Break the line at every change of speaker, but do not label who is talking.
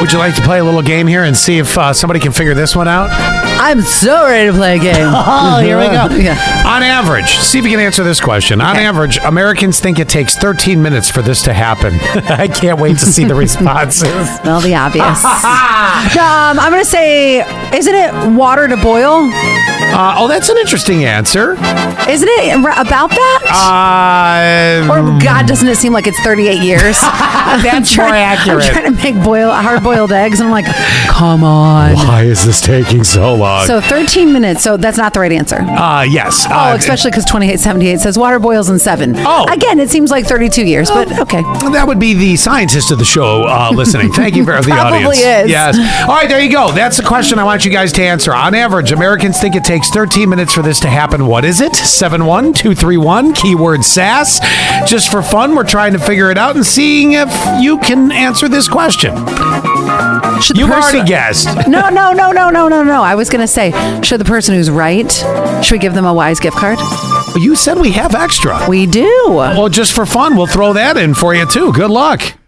Would you like to play a little game here and see if uh, somebody can figure this one out?
I'm so ready to play a game.
Oh, here we go.
Yeah.
On average, see if you can answer this question. On average, Americans think it takes 13 minutes for this to happen. I can't wait to see the responses.
Well, the obvious. um, I'm gonna say, isn't it water to boil?
Uh, oh, that's an interesting answer.
Isn't it ra- about that?
Uh,
or God, doesn't it seem like it's 38 years?
that's
Trying-
more accurate. Uh,
I'm trying to make boil hard-boiled eggs, and I'm like, come on.
Why is this taking so long?
So 13 minutes. So that's not the right answer.
uh, yes.
Oh,
uh,
especially because 2878 says water boils in seven.
Oh.
Again, it seems like 32 years, but okay.
That would be the scientist of the show uh, listening. Thank you for the
Probably
audience.
is.
Yes. All right, there you go. That's the question I want you guys to answer. On average, Americans think it takes 13 minutes for this to happen. What is it? 71231, keyword sass. Just for fun, we're trying to figure it out and seeing if you can answer this question.
Should the
You've
person-
already guessed.
No, no, no, no, no, no, no. I was going to say, should the person who's right, should we give them a wise gift card?
You said we have extra.
We do.
Well, just for fun, we'll throw that in for you, too. Good luck.